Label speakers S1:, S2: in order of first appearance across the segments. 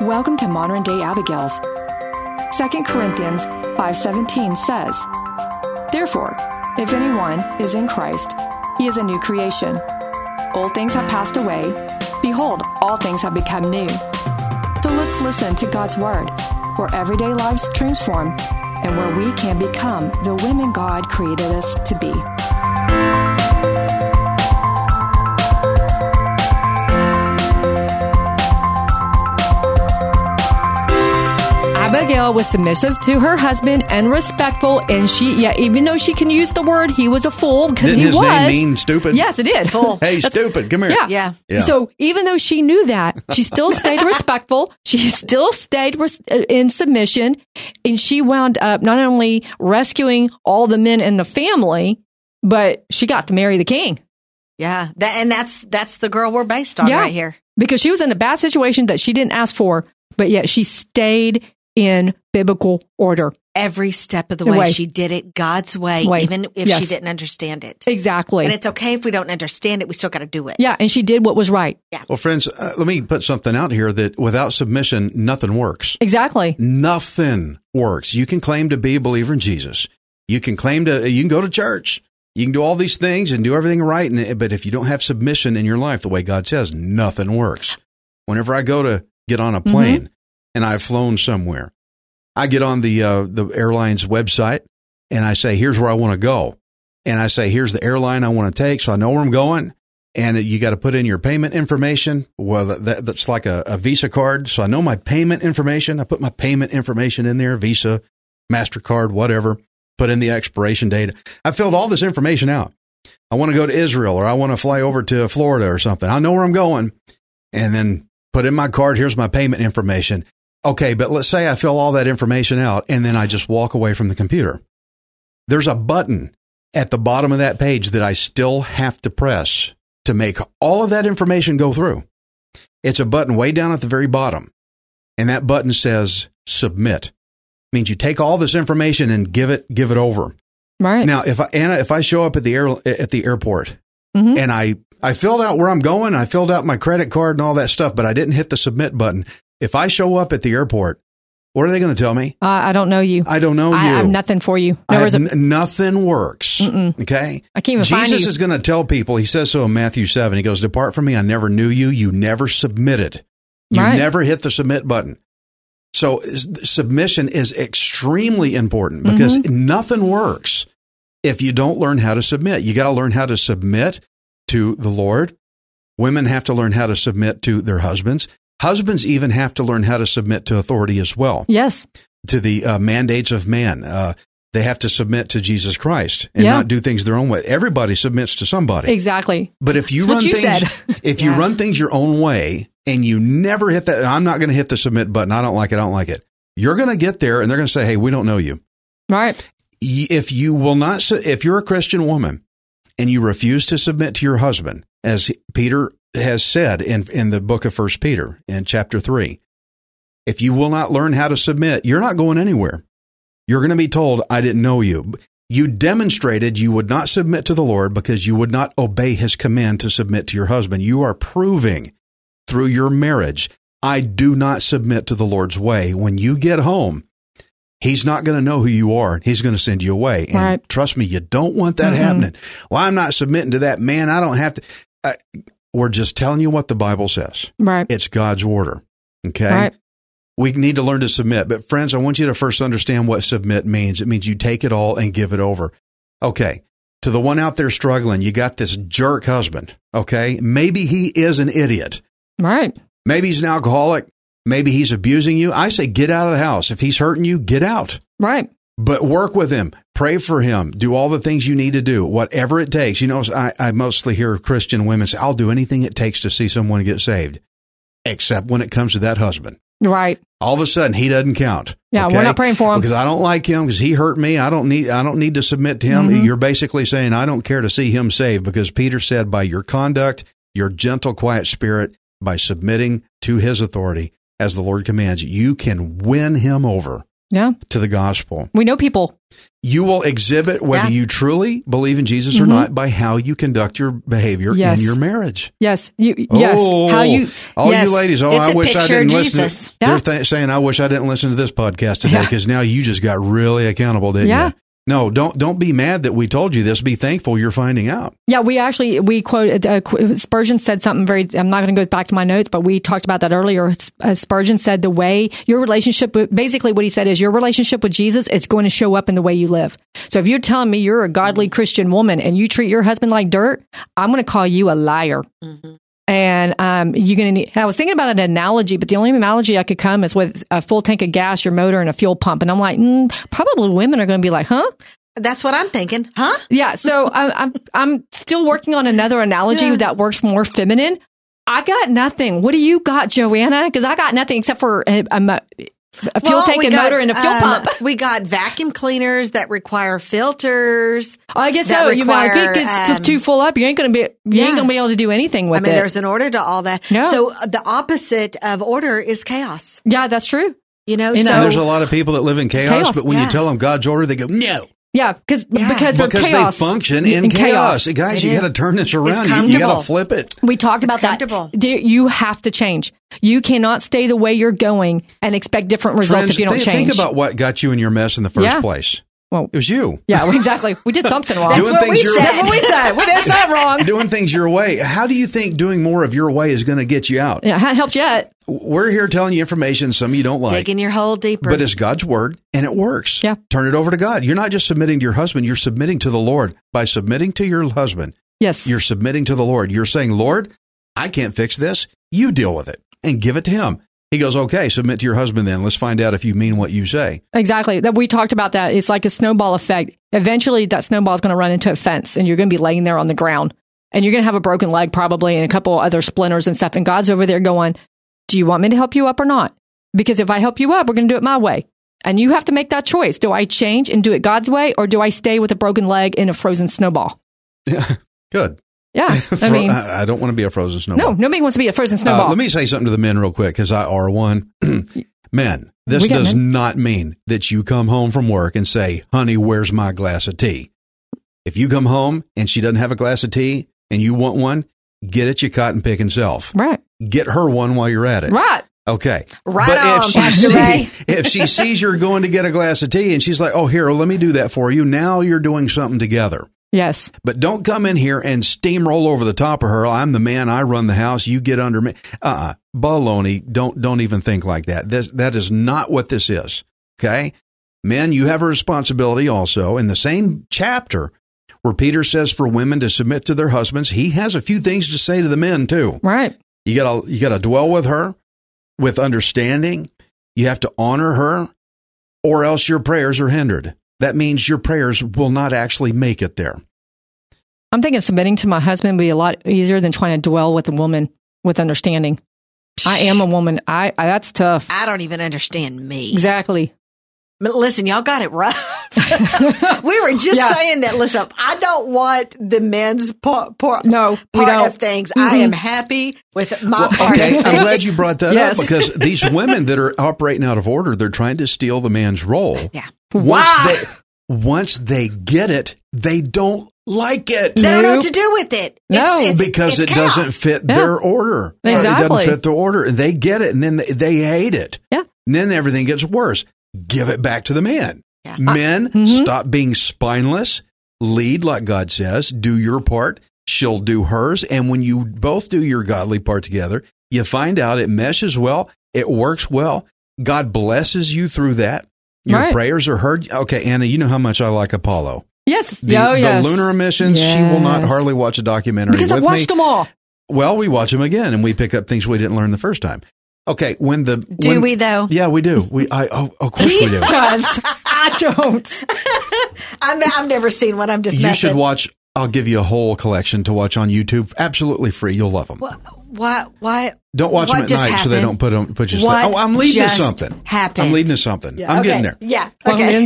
S1: Welcome to modern day Abigail's. 2 Corinthians 5:17 says, "Therefore, if anyone is in Christ, he is a new creation. Old things have passed away; behold, all things have become new." So let's listen to God's word, where everyday lives transform and where we can become the women God created us to be.
S2: Abigail was submissive to her husband and respectful, and she, yeah, even though she can use the word he was a fool because
S3: Didn't
S2: he
S3: his
S2: was.
S3: name mean stupid?
S2: Yes, it did.
S4: Fool.
S3: Hey,
S2: That's-
S3: stupid, come here.
S2: Yeah.
S4: Yeah.
S3: Yeah.
S2: So even though she knew that, she still stayed respectful. She still stayed res- uh, in submission. And she wound up not only rescuing all the men in the family, but she got to marry the king
S4: Yeah. That, and that's that's the girl we're based on
S2: Yeah.
S4: right here.
S2: because she was in a bad situation that she didn't ask for, but yet she stayed in biblical order.
S4: Every step of the
S2: The
S4: way,
S2: way.
S4: she did it God's way,
S2: Way.
S4: even if
S2: Yes.
S4: she didn't understand it.
S2: Exactly.
S4: And it's okay if we don't understand it, we still got to do it.
S2: yeah. And she did what was right.
S3: Well, friends, uh, let me put something out here that without submission, nothing works.
S2: Exactly.
S3: Nothing works. You can claim to be a believer in Jesus. You can claim to you can go to church. You can do all these things and do everything right, and, but if you don't have submission in your life, the way God says, nothing works. Whenever I go to get on a plane and I've flown somewhere, I get on the uh, the airline's website and I say, "Here's where I want to go," and I say, "Here's the airline I want to take," so I know where I'm going. And you got to put in your payment information. Well, that, that, that's like a, a Visa card, so I know my payment information. I put my payment information in there: Visa, Mastercard, whatever. Put in the expiration date. I filled all this information out. I want to go to Israel, or I want to fly over to Florida, or something. I know where I'm going, and then put in my card. Here's my payment information. Okay, but let's say I fill all that information out and then I just walk away from the computer. There's a button at the bottom of that page that I still have to press to make all of that information go through. It's a button way down at the very bottom. And that button says submit. means you take all this information and give it give it over.
S2: Right.
S3: Now, if I, Anna, if I show up at the air at the airport
S2: Mhm.
S3: and I I filled out where I'm going, I filled out my credit card and all that stuff, but I didn't hit the submit button. If I show up at the airport, what are they going to tell me?
S2: Uh, I don't know you.
S3: I don't know
S2: I,
S3: you.
S2: I have nothing for you.
S3: I
S2: There was
S3: have
S2: a,
S3: n- nothing works. Okay.
S2: I can't even find
S3: Jesus
S2: you.
S3: is going to tell people, he says so in Matthew 7. He goes, Depart from me. I never knew you. You never submitted. You
S2: Right.
S3: never hit the submit button. So is- submission is extremely important because nothing works if you don't learn how to submit. You got to learn how to submit to the Lord. Women have to learn how to submit to their husbands. Husbands even have to learn how to submit to authority as well
S2: yes.
S3: to the uh, mandates of man. Uh, they have to submit to Jesus Christ and
S2: Yeah.
S3: not do things their own way. Everybody submits to somebody.
S2: Exactly.
S3: But if you
S2: That's what
S3: run
S2: you
S3: things, if you
S4: Yeah.
S3: run things your own way and you never hit that, I'm not going to hit the submit button. I don't like it. I don't like it. You're going to get there and they're going to say, "Hey, we don't know you."
S2: Right.
S3: Y- If you will not, su- if you're a Christian woman and you refuse to submit to your husband, as Peter has said in in the book of First Peter in chapter three, if you will not learn how to submit, you're not going anywhere. You're going to be told, I didn't know you. You demonstrated you would not submit to the Lord because you would not obey his command to submit to your husband. You are proving through your marriage, I do not submit to the Lord's way. When you get home, he's not going to know who you are. He's going to send you away. And
S2: Right.
S3: trust me, you don't want that
S2: Mhm.
S3: happening. Well, I'm not submitting to that man. I don't have to. I, we're just telling you what the Bible says.
S2: Right.
S3: It's God's order. Okay
S2: Right.
S3: we need to learn to submit. But friends, I want you to first understand what submit means. It means you take it all and give it over. Okay. To the one out there struggling, you got this jerk husband. Okay. Maybe he is an idiot.
S2: Right.
S3: Maybe he's an alcoholic. Maybe he's abusing you. I say get out of the house. If he's hurting you, get out.
S2: Right.
S3: But work with him, pray for him, do all the things you need to do, whatever it takes. You know, I, I mostly hear Christian women say, I'll do anything it takes to see someone get saved, except when it comes to that husband.
S2: Right.
S3: All of a sudden, he doesn't count.
S2: Yeah, we're not praying for him.
S3: because I don't like him because he hurt me. I don't need. I don't need to submit to him.
S2: Mm-hmm.
S3: You're basically saying I don't care to see him saved because Peter said, by your conduct, your gentle, quiet spirit, by submitting to his authority as the Lord commands, you can win him over
S2: Yeah.
S3: to the gospel.
S2: We know people.
S3: You will exhibit whether
S4: Yeah.
S3: you truly believe in Jesus or not by how you conduct your behavior
S2: Mm-hmm. Yes.
S3: in your marriage. Oh.
S2: Yes. You, yes. How you.
S3: All
S2: Yes.
S3: you ladies, oh,
S5: It's
S3: I
S5: a
S3: wish I
S5: picture of
S3: didn't listen.
S5: Jesus.
S3: To,
S2: Yeah.
S3: They're th- saying, I wish I didn't listen to this podcast today
S2: Yeah.
S3: because now you just got really accountable, didn't
S2: Yeah.
S3: you? No, don't don't be mad that we told you this. Be thankful you're finding out.
S2: Yeah, we actually we quoted uh, qu- Spurgeon said something very. I'm not going to go back to my notes, but we talked about that earlier. S- uh, Spurgeon said the way your relationship, with, basically what he said is your relationship with Jesus is going to show up in the way you live. So if you're telling me you're a godly Christian woman and you treat your husband like dirt, I'm going to call you a liar. And um, you're going to need. I was thinking about an analogy, but the only analogy I could come is with a full tank of gas, your motor, and a fuel pump. And I'm like, mm, probably women are going to be like, huh?
S4: That's what I'm thinking, huh?
S2: Yeah. So I, I'm I'm still working on another analogy that works more feminine. I got nothing. What do you got, Joanna? Because I got nothing except for a, a, mo- a fuel
S4: Well,
S2: tank
S4: we
S2: and
S4: got,
S2: motor and a fuel
S4: um,
S2: pump.
S4: We got vacuum cleaners that require filters.
S2: Oh, I guess
S4: that
S2: so. You might
S4: require,
S2: think it's
S4: um,
S2: too full up. You ain't gonna be. You ain't
S4: Yeah.
S2: gonna be able to do anything with
S4: I mean,
S2: it.
S4: there's an order to all that.
S2: No.
S4: So uh, the opposite of order is chaos.
S2: yeah, that's true.
S4: You know,
S2: You
S4: so
S2: know.
S3: And there's a lot of people that live in chaos,
S2: Chaos,
S3: but when
S4: yeah.
S3: you tell them God's order, they go no
S2: Yeah, because
S4: Yeah.
S2: because of
S3: because
S2: chaos.
S3: they function in, chaos. Guys,
S4: They
S3: you
S4: do.
S3: got to turn this around. You- You, got
S4: comfortable.
S3: to flip it.
S2: We talked about that.
S4: comfortable.
S2: There- You have to change. You cannot stay the way you're going and expect different results
S3: Friends,
S2: if you don't
S3: thi-
S2: change.
S3: think about what got you in your mess in the first
S2: Yeah.
S3: place.
S2: Well-
S3: it was you.
S2: yeah, well, exactly. We did something wrong.
S3: Doing
S4: what
S3: things
S4: we
S3: your
S4: said.
S2: That's what we said. We did something wrong.
S3: doing things your way. How do you think doing more of your way is going to get you out?
S2: Yeah, hadn't helped yet.
S3: We're here telling you information some you don't like.
S4: digging your hole deeper.
S3: But it's God's word and it works.
S2: Yeah.
S3: Turn it over to God. You're not just submitting to your husband, you're submitting to the Lord. By submitting to your husband,
S2: Yes.
S3: you're submitting to the Lord. You're saying, Lord, I can't fix this. You deal with it and give it to him. He goes, Okay, submit to your husband then. Let's find out if you mean what you say.
S2: Exactly. That we talked about that. It's like a snowball effect. Eventually that snowball is going to run into a fence and you're going to be laying there on the ground and you're going to have a broken leg probably and a couple other splinters and stuff and God's over there going, "Do you want me to help you up or not?" Because if I help you up, we're going to do it my way. And you have to make that choice. Do I change and do it God's way or do I stay with a broken leg and a frozen snowball?
S3: Good.
S2: Yeah. I
S3: Fro-
S2: mean,
S3: I I don't want to be a frozen
S2: no,
S3: snowball.
S2: nobody wants to be a frozen
S3: Uh,
S2: snowball.
S3: let me say something to the men real quick because I are one. men, this
S2: We got
S3: does not mean that you come home from work and say, honey, where's my glass of tea? If you come home and she doesn't have a glass of tea and you want one, get it your cotton picking self.
S2: right.
S3: Get her one while you're at it.
S2: Right.
S3: Okay.
S4: Right
S3: but
S4: on,
S3: if, she
S4: Pastor
S3: see,
S4: Ray.
S3: if she sees you're going to get a glass of tea and she's like, oh, here, let me do that for you. Now you're doing something together.
S2: Yes.
S3: But don't come in here and steamroll over the top of her. I'm the man. I run the house. You get under me. Uh, uh baloney. Don't don't even think like that. This, that is not what this is. Okay, men, you have a responsibility also. In the same chapter where Peter says for women to submit to their husbands, he has a few things to say to the men too.
S2: Right.
S3: You gotta you gotta dwell with her with understanding. You have to honor her, or else your prayers are hindered. That means your prayers will not actually make it there.
S2: I'm thinking submitting to my husband would be a lot easier than trying to dwell with a woman with understanding. I am a woman. I, I that's tough.
S4: I don't even understand me.
S2: Exactly.
S4: But listen, y'all got it rough. we were just
S2: Yeah.
S4: saying that. Listen, I don't want the men's part, part,
S2: No, we
S4: part
S2: don't.
S4: of things. I am happy with my part.
S3: okay, I'm
S4: of things.
S3: glad you brought that
S2: Yes.
S3: up because these women that are operating out of order, they're trying to steal the man's role.
S4: Yeah.
S3: Once
S2: Wow.
S3: they once they get it, they don't like it
S4: They don't know
S2: Nope.
S4: what to do with it.
S2: No.
S3: because
S4: it's
S3: it
S4: chaos.
S3: doesn't fit
S2: Yeah.
S3: their order. It
S2: Exactly.
S3: doesn't fit their order, and they get it, and then they, they hate it.
S2: Yeah.
S3: And then everything gets worse. Give it back to the man.
S4: Yeah.
S3: Men,
S2: mhm.
S3: stop being spineless. Lead like God says. Do your part. She'll do hers. And when you both do your godly part together, you find out it meshes well. It works well. God blesses you through that. Your
S2: Right.
S3: prayers are heard. Okay, Anna, you know how much I like Apollo.
S2: Yes.
S3: The,
S2: oh,
S3: the
S2: yes.
S3: lunar missions, she will not
S2: Yes.
S3: hardly watch a documentary
S2: Because I
S3: with
S2: watched
S3: me.
S2: them all.
S3: Well, we watch them again and we pick up things we didn't learn the first time. Okay, when the
S4: Do
S3: when-
S4: we though?
S3: Yeah, we do. We I oh, of course
S2: He
S3: we do.
S2: does. I don't.
S4: I'm, I've never seen one. I'm just
S3: You
S4: messing.
S3: should watch. I'll give you a whole collection to watch on YouTube, absolutely free. You'll love them.
S4: Why? Why?
S3: don't watch them
S4: what
S3: at
S4: just
S3: night so they don't
S4: happened?
S3: put them. Put you. to
S4: What
S3: sleep. Oh, I'm leading to
S4: just
S3: something. I'm
S4: happened?
S3: leading to something.
S4: Yeah,
S3: I'm
S4: okay.
S3: getting there.
S4: Yeah.
S2: Welcome
S4: Okay.
S2: to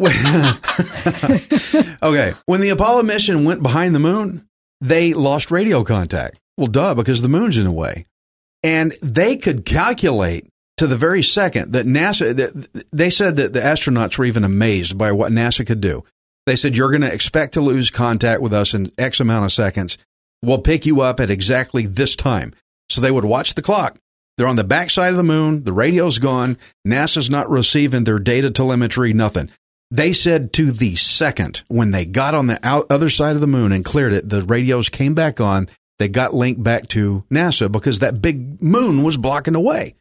S2: NDA.
S3: okay. When the Apollo mission went behind the moon, they lost radio contact. Well, duh, because the moon's in the way. And they could calculate to the very second that NASA, that they said that the astronauts were even amazed by what NASA could do. They said, You're going to expect to lose contact with us in X amount of seconds. We'll pick you up at exactly this time. So they would watch the clock. They're on the backside of the moon. The radio's gone. NASA's not receiving their data telemetry, nothing. They said to the second when they got on the out, other side of the moon and cleared it, the radios came back on. They got linked back to NASA because that big moon was blocking the way.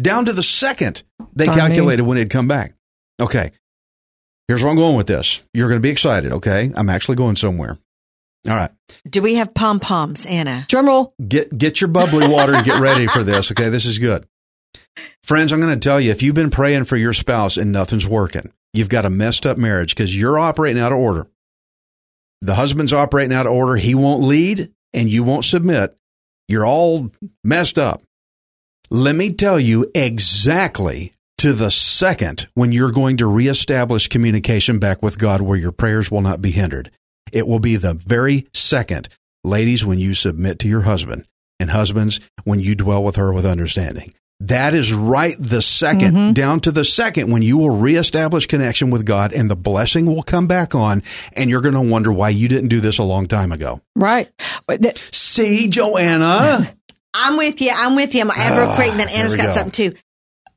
S3: Down to the second, they
S2: Darn me.
S3: calculated when it'd come back. Okay. Here's where I'm going with this. You're going to be excited, okay? I'm actually going somewhere. All right.
S4: Do we have pom poms, Anna?
S2: Drum roll.
S3: Get get your bubbly water and get ready for this, okay? This is good. Friends, I'm going to tell you if you've been praying for your spouse and nothing's working, you've got a messed up marriage because you're operating out of order. The husband's operating out of order. He won't lead and you won't submit. You're all messed up. Let me tell you exactly to the second when you're going to reestablish communication back with God where your prayers will not be hindered. It will be the very second, ladies, when you submit to your husband, and husbands, when you dwell with her with understanding. That is right the 2nd down to the second, when you will reestablish connection with God and the blessing will come back on, and you're going to wonder why you didn't do this a long time ago.
S2: Right. But that-
S3: See, Joanna,
S4: I'm with you. I'm with you. I'm I'm real
S3: Ah,
S4: quick, and then
S3: there
S4: Anna's
S3: we
S4: got
S3: go.
S4: something too.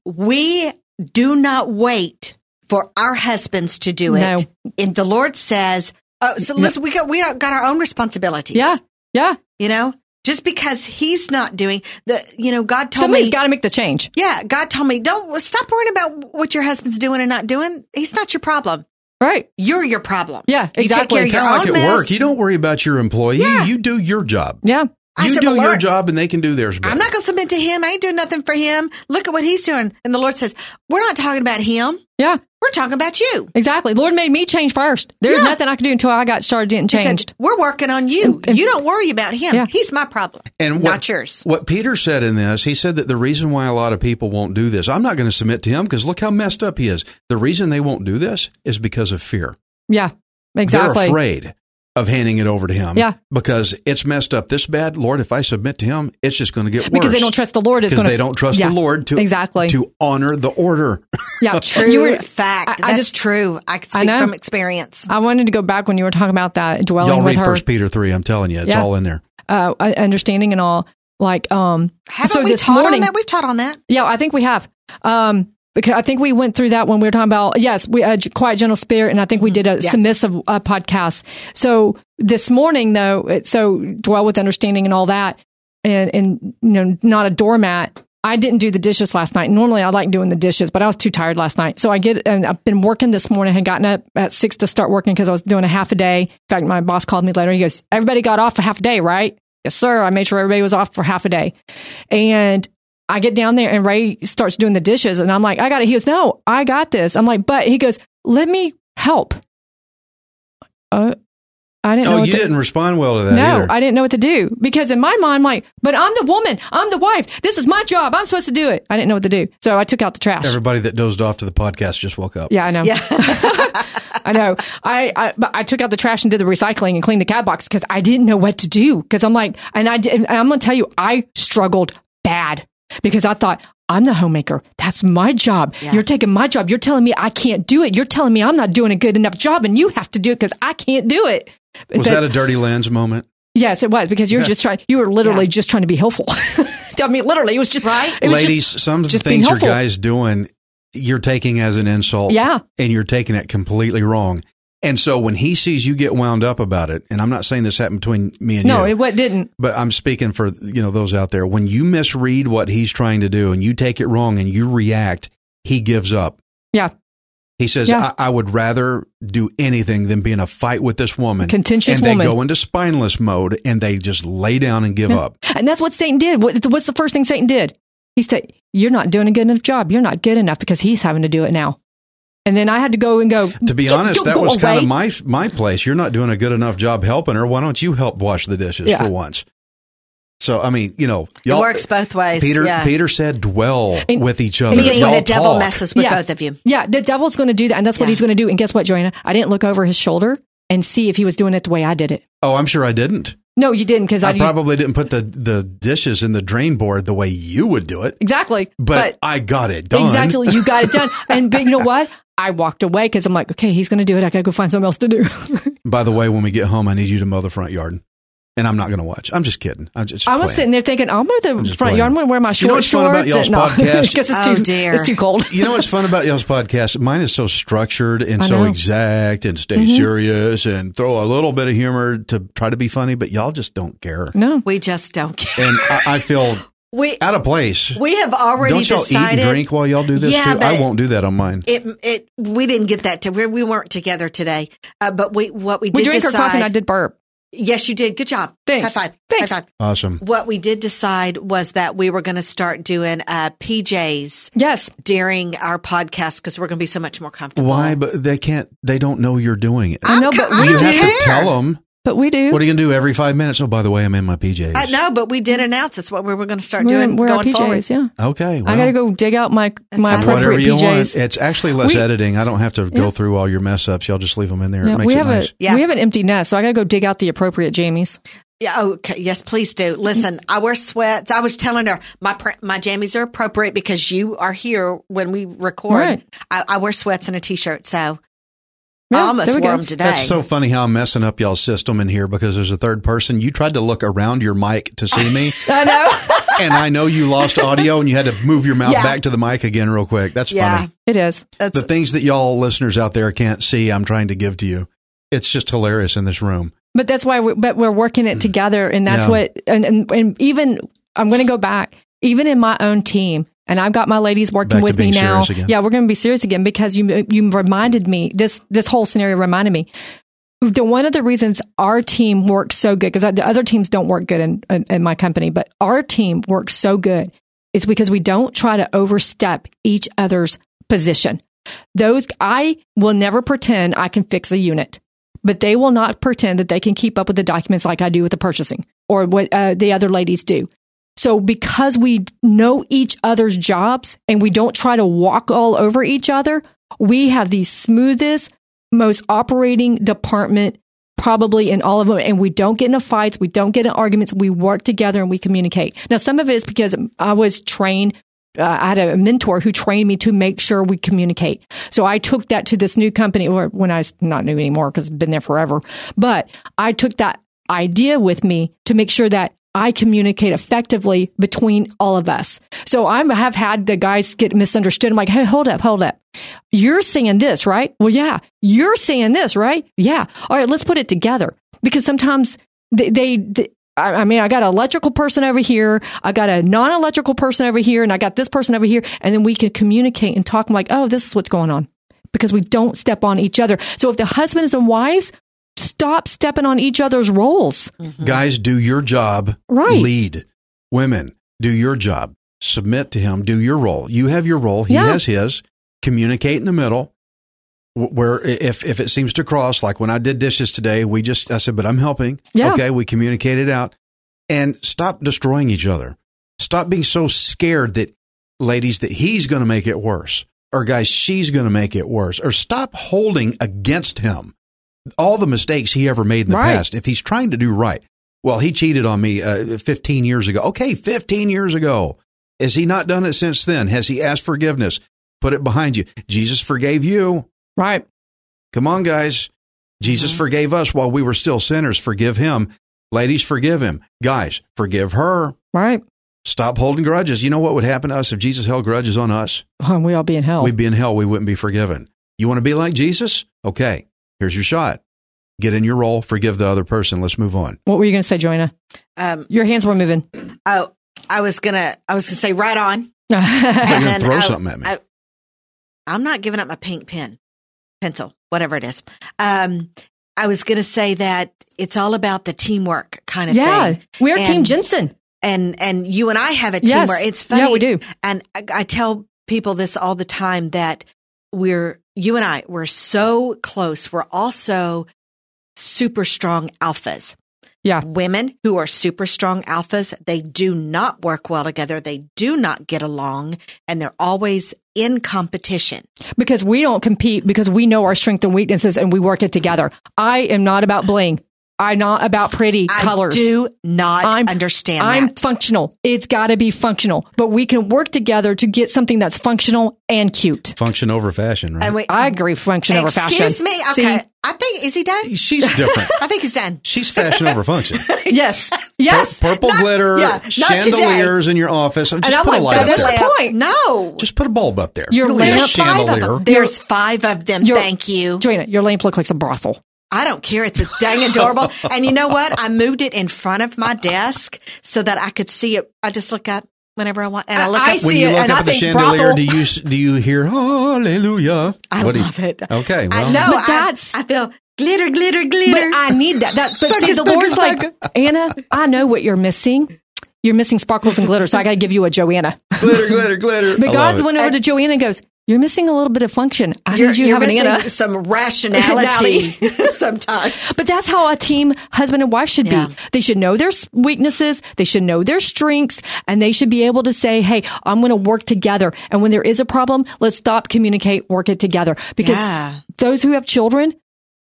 S4: We do not wait for our husbands to do it.
S2: No.
S4: And the Lord says, "Oh, so listen, we got we got got our own responsibilities."
S2: yeah. Yeah.
S4: you know, just because He's not doing the, you know, God told
S2: Somebody's
S4: me.
S2: got to make the change.
S4: yeah, God told me, don't stop worrying about what your husband's doing and not doing. He's not your problem.
S2: Right.
S4: You're your problem.
S2: Yeah,
S4: You take
S2: exactly.
S4: care of
S2: Kinda
S4: your
S3: kind of like
S4: own
S3: at
S4: mess.
S3: work, you don't worry about your employee,
S4: Yeah.
S3: you do your job.
S2: Yeah.
S4: I
S3: you
S4: said,
S3: do
S4: "But
S3: your
S4: Lord,
S3: job and they can do theirs better.
S4: I'm not going to submit to him. I ain't doing nothing for him. Look at what he's doing. And the Lord says, We're not talking about him.
S2: Yeah.
S4: We're talking about you.
S2: Exactly. Lord made me change first. There's
S4: Yeah.
S2: nothing I could do until I got started getting
S4: He said,
S2: changed.
S4: We're working on you.
S2: and-
S4: you don't worry about him.
S2: Yeah.
S4: He's my problem,
S3: and what,
S4: not yours.
S3: What Peter said in this, he said that the reason why a lot of people won't do this, I'm not going to submit to him because look how messed up he is. The reason they won't do this is because of fear.
S2: yeah.
S3: They're
S2: Exactly.
S3: afraid of handing it over to him.
S2: Yeah.
S3: Because it's messed up this bad. Lord, if I submit to him, it's just going to get worse.
S2: Because they don't trust the Lord. It's
S3: Because
S2: gonna,
S3: they don't trust
S2: Yeah.
S3: the Lord to
S2: Exactly.
S3: to honor the order.
S2: Yeah.
S4: True
S2: You were,
S4: fact.
S2: I- I
S4: That's
S2: just-
S4: true. I Uh, can
S2: I
S4: speak
S2: know.
S4: from experience.
S2: I wanted to go back when you were talking about that dwelling
S3: Y'all
S2: with
S3: read
S2: her,
S3: First Peter three. I'm telling you, it's
S2: Yeah.
S3: all in there.
S2: uh, understanding and all. Like, um,
S4: Haven't
S2: so
S4: we
S2: this
S4: taught
S2: morning,
S4: on that? We've taught on that.
S2: Yeah, I think we have. Um, because I think we went through that when we were talking about yes, we uh, quiet gentle spirit, and I think we did a
S4: Mm-hmm. Yeah.
S2: submissive uh, podcast. So this morning, though, it, so dwell with understanding and all that, and and you know, not a doormat. I didn't do the dishes last night. Normally, I like doing the dishes, but I was too tired last night. So I get and I've been working this morning. Had gotten up at six to start working because I was doing a half a day. In fact, my boss called me later. He goes, "Everybody got off a half a day, right?" Yes, sir. I made sure everybody was off for half a day, and I get down there and Ray starts doing the dishes and I'm like, I got it. He goes, No, I got this. I'm like, but he goes, Let me help. Uh, I didn't know.
S3: Oh,
S2: what
S3: you
S2: to-
S3: didn't respond well to that
S2: No,
S3: either.
S2: I didn't know what to do because in my mind, I'm like, but I'm the woman, I'm the wife. This is my job. I'm supposed to do it. I didn't know what to do, so I took out the trash.
S3: Everybody that dozed off to the podcast just woke up.
S2: yeah, I know.
S4: Yeah.
S2: I know. I, I but I took out the trash and did the recycling and cleaned the cat box because I didn't know what to do. Because I'm like, and I did, and I'm gonna tell you, I struggled bad because I thought I'm the homemaker. That's my job.
S4: Yeah.
S2: You're taking my job. You're telling me I can't do it. You're telling me I'm not doing a good enough job, and you have to do it because I can't do it.
S3: Was that a dirty lens moment?
S2: yes, it was because you're just trying. You were literally just trying to be helpful. I mean, literally, it was just
S4: Right?
S2: It was just-
S3: ladies, some of the
S2: just being
S3: things your
S2: helpful.
S3: guys doing, you're taking as an insult.
S2: Yeah.
S3: And you're taking it completely wrong. And so when he sees you get wound up about it, and I'm not saying this happened between me and
S2: no,
S3: you,
S2: it what didn't.
S3: but I'm speaking for you know those out there. When you misread what he's trying to do and you take it wrong and you react, he gives up.
S2: Yeah,
S3: He says,
S2: Yeah.
S3: I, "I would rather do anything than be in a fight with this woman."
S2: Contentious
S3: and they
S2: woman.
S3: go into spineless mode and they just lay down and give up.
S2: And that's what Satan did. What, what's the first thing Satan did? He said, You're not doing a good enough job. You're not good enough because he's having to do it now. And then I had to go and go.
S3: To be
S2: "Go-
S3: honest,
S2: go-
S3: that
S2: go
S3: was kind
S2: away."
S3: of my my place. You're not doing a good enough job helping her. Why don't you help wash the dishes
S2: Yeah.
S3: for once? So I mean, you know,
S4: It
S3: y'all.
S4: works both ways.
S3: Peter
S4: yeah.
S3: Peter said, dwell
S2: And-
S3: with each other.
S4: Even
S3: Y'all
S4: the devil
S3: talk.
S4: messes with
S2: Yeah.
S4: both of you.
S2: Yeah, the devil's going to do that. And that's what
S4: Yeah.
S2: he's going to do. And guess what, Joanna? I didn't look over his shoulder and see if he was doing it the way I did it.
S3: Oh, I'm sure I didn't.
S2: No, you didn't because I,
S3: I,
S2: used-
S3: probably didn't put the the dishes in the drain board the way you would do it.
S2: Exactly.
S3: But, I got it
S2: but
S3: done.
S2: exactly. You got it done. and but you know what? I walked away because I'm like, okay, he's going to do it. I got to go find something else to do.
S3: By the way, when we get home, I need you to mow the front yard. and I'm not going to watch. I'm just kidding. I'm just.
S2: I was
S3: playing.
S2: sitting there thinking, I'm going to the
S3: just
S2: front yard. I'm
S3: playing.
S2: going to wear my short
S3: You know what's fun about
S2: shorts.
S3: y'all's podcast?
S2: because it's
S4: Oh,
S2: too
S4: dear.
S2: It's too cold.
S3: You know what's fun about y'all's podcast? Mine is so structured and
S2: I
S3: so
S2: know. Mm-hmm.
S3: exact and stay serious and throw a little bit of humor to try to be funny, but y'all just don't care.
S2: No,
S4: We just don't care.
S3: And I, I feel
S4: We
S3: out of place.
S4: we have already
S3: Don't y'all
S4: decided.
S3: eat and drink while y'all do this
S4: Yeah,
S3: too? I
S4: but-
S3: won't do that on mine.
S4: It it we didn't get that to where we weren't together today. Uh, but we what we
S2: we
S4: did
S2: drank our
S4: decide.
S2: coffee and I did burp.
S4: Yes, you did. Good job.
S2: Thanks.
S4: High five.
S2: Thanks.
S4: High five.
S3: Awesome.
S4: What we did decide was that we were going to start doing uh, PJs
S2: Yes,
S4: during our podcast because we're going to be so much more comfortable.
S3: Why? But they can't. They don't know you're doing it.
S2: I know, but we
S3: you
S2: do.
S3: have to tell them.
S2: But we do.
S3: What are you gonna do every five minutes? Oh, by the way, I'm in my PJs.
S4: I know, but we did announce it's what we were going to start
S2: we're
S4: doing
S2: we're our
S4: going
S2: PJs.
S4: forward.
S2: Yeah,
S3: Okay.
S2: I
S3: well,
S2: got to go dig out my my
S4: That's fine.
S3: Whatever
S2: appropriate
S3: you want.
S2: PJs.
S3: It's actually less
S2: We-
S3: editing. I don't have to go
S2: Yeah.
S3: through all your mess ups. Y'all just leave them in there.
S2: Yeah,
S3: it makes
S2: we
S3: it
S2: have
S3: nice.
S2: a
S4: Yeah.
S2: we have an empty nest, so I got to go dig out the appropriate Jamies.
S4: Yeah. oh, Okay. Yes, please do. Listen, I wear sweats. I was telling her my pr- my jammies are appropriate because you are here when we record.
S2: Right.
S4: I, I wear sweats and a t-shirt, so
S2: Yeah,
S4: I
S2: there
S4: almost
S2: we
S4: wore
S2: go.
S4: them today.
S3: That's so funny how I'm messing up y'all's system in here because there's a third person. You tried to look around your mic to see me,
S2: I know
S3: and I know you lost audio and you had to move your mouth
S4: Yeah.
S3: back to the mic again real quick. That's
S4: Yeah.
S3: funny.
S2: it is.
S4: That's,
S3: The things that y'all listeners out there can't see, I'm trying to give to you. It's just hilarious in this room.
S2: But that's why we but we're working it together, and that's
S3: Yeah.
S2: what and, and and even I'm going to go back even in my own team, and I've got my ladies working
S3: Back to
S2: with me
S3: being
S2: now.
S3: serious again.
S2: Yeah, we're going to be serious again because you you reminded me this this whole scenario reminded me. The one of the reasons our team works so good because the other teams don't work good in, in in my company, but our team works so good is because we don't try to overstep each other's position. Those I will never pretend I can fix a unit but they will not pretend that they can keep up with the documents like I do with the purchasing or what uh, the other ladies do. So because we know each other's jobs and we don't try to walk all over each other, we have the smoothest, most operating department probably in all of them. And we don't get into fights. We don't get in arguments. We work together and we communicate. Now, some of it is because I was trained. Uh, I had a mentor who trained me to make sure we communicate. So I took that to this new company, or when I was not new anymore because I've been there forever. But I took that idea with me to make sure that I communicate effectively between all of us. So I have had the guys get misunderstood. I'm like, hey, hold up, hold up. You're saying this, right? Well, yeah. You're saying this, right? Yeah. All right, let's put it together because sometimes they, they, they I I mean, I got an electrical person over here. I got a non-electrical person over here, and I got this person over here, and then we can communicate and talk. I'm like, oh, this is what's going on, because we don't step on each other. So if the husbands and wives stop stepping on each other's roles,
S4: Mm-hmm.
S3: Guys, do your job.
S2: Right.
S3: Lead. Women, do your job. Submit to him. Do your role. You have your role. He
S2: Yeah.
S3: has his. Communicate in the middle. wh- Where i- if if it seems to cross, like when I did dishes today, we just I said, but I'm helping.
S2: Yeah.
S3: Okay, we communicated out and stop destroying each other. Stop being so scared that ladies that he's going to make it worse, or guys she's going to make it worse, or stop holding against him all the mistakes he ever made in the
S2: Right.
S3: past. If he's trying to do right, well, he cheated on me uh, 15 years ago. Okay, 15 years ago. Has he not done it since then? Has he asked forgiveness? Put it behind you. Jesus forgave you.
S2: right?
S3: Come on, guys. Jesus forgave us while we were still sinners. Forgive him. Ladies, forgive him. Guys, forgive her.
S2: Right?
S3: Stop holding grudges. You know what would happen to us if Jesus held grudges on us?
S2: Oh, we all be in hell.
S3: We'd be in hell. We wouldn't be forgiven. You want to be like Jesus? Okay, here's your shot. Get in your role, forgive the other person. Let's move on.
S2: what were you going to say, Joanna?
S4: um,
S2: Your hands were moving.
S4: oh, I was gonna, I was gonna say right on.
S3: They're
S2: yeah,
S3: going
S4: then
S3: to throw
S4: I-
S3: something at me.
S4: I- I'm not giving up my pink pen, pencil, whatever it is. Um, I was gonna say that it's all about the teamwork kind of thing.
S2: we are Team
S4: And-
S2: Jensen.
S4: and and you and I have a team
S2: Yes.
S4: where it's funny.
S2: Yeah, we do.
S4: And I, I tell people this all the time that we're you and I we're so close. We're also super strong alphas.
S2: Yeah.
S4: Women who are super strong alphas, they do not work well together. They do not get along and they're always in competition.
S2: because we don't compete because we know our strengths and weaknesses and we work it together. I am not about bling. I'm not about pretty
S4: I
S2: colors.
S4: do not
S2: I'm-
S4: understand
S2: I'm
S4: that.
S2: functional. It's got to be functional, but we can work together to get something that's functional and cute.
S3: Function over fashion, right?
S4: And wait,
S2: I agree, function over fashion.
S4: excuse me. Okay,
S2: See?
S4: I think is he done?
S3: She's different.
S4: I think he's done.
S3: She's fashion over function.
S2: Yes. Yes.
S3: Pur- purple glitter,
S4: yeah, not
S3: chandeliers in your office. Just
S2: I'm
S3: put
S2: like,
S3: a light up
S2: that's
S3: there.
S2: the point.
S4: No,
S3: Just put a bulb up there.
S2: Your
S3: You don't
S2: lamp-
S3: need a
S2: There's
S4: five of them.
S3: chandelier.
S4: There's five of them.
S2: Your-
S4: Thank you.
S2: Joanna, your lamp looks like a brothel.
S4: I don't care. It's a dang adorable. and you know what? I moved it in front of my desk so that I could see it. I just look up whenever I want, and I look
S2: I- I
S4: up.
S2: see
S3: when you
S2: it,
S3: look
S2: and
S3: up
S2: I
S3: at the
S2: think
S3: chandelier,
S2: brothel-
S3: do you s- do you hear Hallelujah?
S4: I
S3: What do you-
S4: love it.
S3: Okay, well,
S4: I know.
S2: But
S4: I-
S2: that's-
S4: I, feel glitter, glitter,
S2: But
S4: glitter.
S2: I need that. that but see,
S4: Sparkle,
S2: the
S4: sparkle,
S2: Lord's like, Anna, I know what you're missing. You're missing sparkles and glitter, so I got to give you a Joanna.
S3: glitter, glitter, glitter.
S2: But
S3: I love
S2: God's
S3: it.
S2: went over to Joanna and goes, You're missing a little bit of function. I need you to have an
S4: missing
S2: Anna.
S4: some rationality sometimes.
S2: But that's how a team husband and wife should
S4: Yeah.
S2: be. They should know their s- weaknesses, they should know their strengths, and they should be able to say, "Hey, I'm going to work together." And when there is a problem, let's stop, communicate, work it together. Because
S4: Yeah.
S2: those who have children,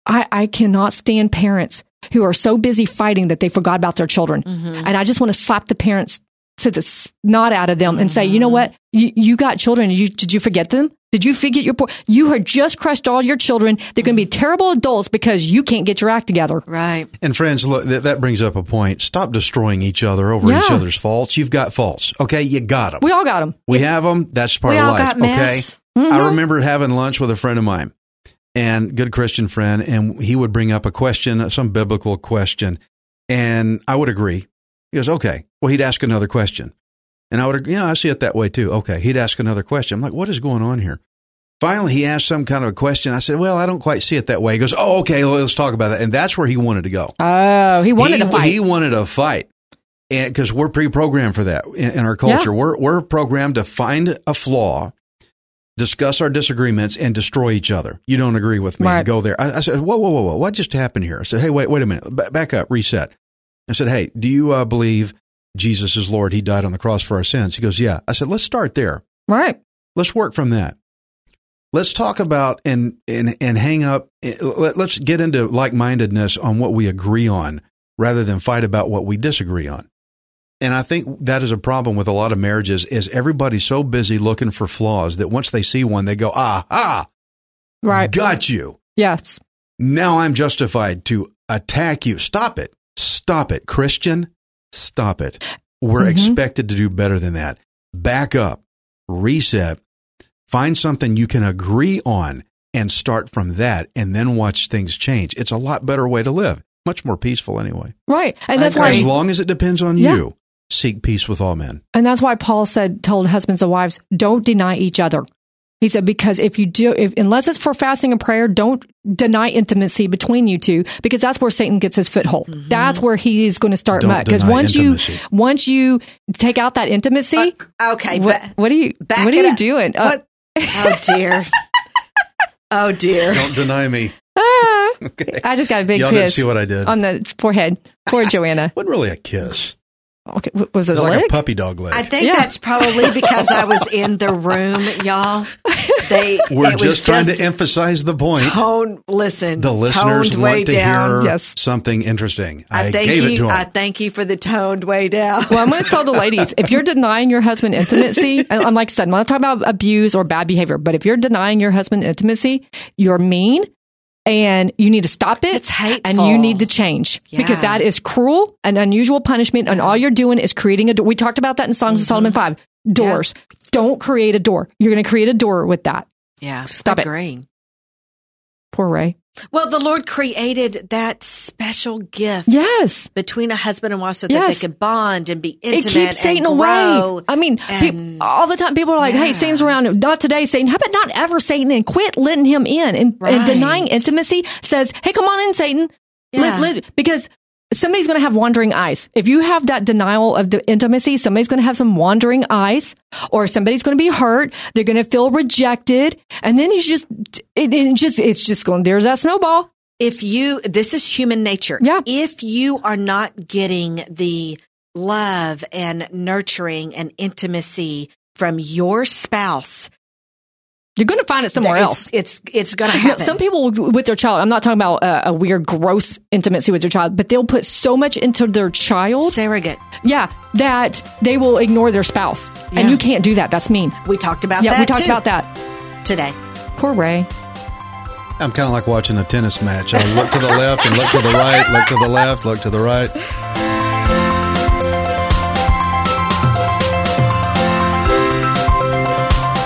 S2: I, I cannot stand parents who are so busy fighting that they forgot about their children. And I just want to slap the parents to the s- snot out of them and say, you know what? You, you got children. You, did you forget them? Did you forget your poor? You had just crushed all your children. They're going to be terrible adults because you can't get your act together.
S4: Right.
S3: And friends, look, that, that brings up a point. Stop destroying each other over each
S2: Yeah.
S3: other's faults. You've got faults. Okay, you got them.
S2: We all got Mm-hmm. them.
S3: We have them. That's part
S4: We
S3: of
S4: all
S3: life.
S4: got mess. Mm-hmm.
S3: Okay. I remember having lunch with a friend of mine and good Christian friend. And he would bring up a question, some biblical question. And I would agree. He goes, okay. Well, he'd ask another question. And I would, yeah, I see it that way too. Okay. He'd ask another question. I'm like, what is going on here? Finally, he asked some kind of a question. I said, well, I don't quite see it that way. He goes, oh, okay. well, Let's talk about that. And that's where he wanted to go
S2: Oh, he wanted
S3: he,
S2: to fight.
S3: He wanted a fight. Because we're pre-programmed for that in, in our culture, we're we're programmed to find a flaw, discuss our disagreements, and destroy each other. You don't agree with me?
S2: Right.
S3: Go there. I, I said, whoa, whoa, whoa, whoa! What just happened here? I said, hey, wait, wait a minute, ba- back up, reset. I said, hey, do you uh, believe Jesus is Lord? He died on the cross for our sins. He goes, yeah. I said, let's start there.
S2: right.
S3: Let's work from that. Let's talk about and and and hang up. let- Let's get into like mindedness on what we agree on, rather than fight about what we disagree on. And I think that is a problem with a lot of marriages is everybody's so busy looking for flaws that once they see one, they go, ah, ah,
S2: Right.
S3: got you.
S2: Yes.
S3: Now I'm justified to attack you. Stop it. Stop it. Christian, stop it. We're
S2: Mhm.
S3: expected to do better than that. Back up, reset, find something you can agree on and start from that and then watch things change. It's a lot better way to live. Much more peaceful anyway.
S2: Right. And
S4: I
S2: that's
S4: agree.
S3: As
S2: why
S3: long as it depends on
S2: Yeah.
S3: you, seek peace with all men.
S2: And that's why Paul said, told husbands and wives, don't deny each other. He said, because if you do, if, unless it's for fasting and prayer, don't deny intimacy between you two, because that's where Satan gets his foothold.
S4: Mm-hmm.
S2: That's where he is going to start
S3: Don't
S2: muck. Because
S3: deny
S2: once
S3: intimacy.
S2: you, once you take out that intimacy,
S4: Okay.
S2: what,
S4: but
S2: what are you,
S4: back
S2: what are
S4: it
S2: you
S4: up.
S2: doing? Uh,
S4: what? Oh dear. oh dear.
S3: Don't deny me.
S2: ah.
S3: Okay.
S2: I just got a big
S3: Y'all didn't
S2: kiss
S3: see what I did.
S2: on the forehead. Poor Joanna.
S3: wasn't really a kiss.
S2: Okay, w- was
S3: It
S2: it,
S3: was
S2: a
S3: like a
S2: lick?
S3: puppy dog leg.
S4: I think
S2: Yeah.
S4: that's probably because I was in the room, y'all. They
S3: We're
S4: it was
S3: just trying to emphasize the point.
S4: tone. Listen,
S3: the listeners
S4: toned way
S3: want to
S4: down.
S3: hear
S2: Yes.
S3: something interesting. I,
S4: I, thank
S3: gave
S4: you.
S3: it to
S4: I
S3: them.
S4: thank you for the toned way down.
S2: Well, I'm going to tell the ladies if you're denying your husband intimacy, and I'm like I said, I'm not talking about abuse or bad behavior, but if you're denying your husband intimacy, you're mean and you need to stop it.
S4: It's hateful.
S2: And you need to change because
S4: Yeah.
S2: that is cruel and unusual punishment. And all you're doing is creating a door. We talked about that in
S4: Mm-hmm.
S2: Songs of Solomon 5 doors. Don't create a door. You're going to create a door with that.
S4: yeah,
S2: Stop it.
S4: agreeing.
S2: Poor Ray.
S4: Well, the Lord created that special gift
S2: Yes.
S4: between a husband and wife so that
S2: Yes.
S4: they could bond and be
S2: It
S4: intimate.
S2: keeps Satan
S4: and grow.
S2: away. I mean, pe-
S4: and-
S2: all the time people are like,
S4: Yeah.
S2: "Hey, Satan's around. Not today, Satan. How about not ever, Satan?" And quit letting him in and,
S4: Right.
S2: and denying intimacy. Says, "Hey, come on in, Satan.
S4: Yeah.
S2: Let- let- because somebody's going to have wandering eyes. If you have that denial of the intimacy, somebody's going to have some wandering eyes, or somebody's going to be hurt. They're going to feel rejected, and then you just, it, it just, it's just going. There's that snowball.
S4: if you this is human nature
S2: Yeah.
S4: if you are not getting the love and nurturing and intimacy from your spouse
S2: You're going to find it somewhere
S4: it's,
S2: else.
S4: It's it's going to
S2: No,
S4: happen.
S2: some people will- with their child, I'm not talking about uh, a weird, gross intimacy with their child, but they'll put so much into their child,
S4: surrogate.
S2: yeah, that they will ignore their spouse.
S4: Yeah.
S2: And you can't do that. That's mean.
S4: We talked about
S2: yeah,
S4: that.
S2: we talked
S4: too
S2: about that.
S4: today.
S2: Poor Ray.
S3: I'm kind of like watching a tennis match. I look to the left and look to the right, look to the left, look to the right.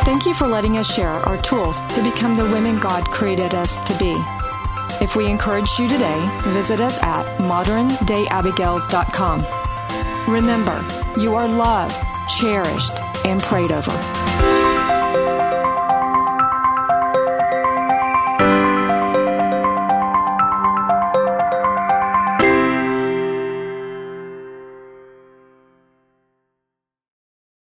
S1: Thank you for letting us share our tools to become the women God created us to be. If we encouraged you today, visit us at moderndayabigails.com. Remember, you are loved, cherished, and prayed over.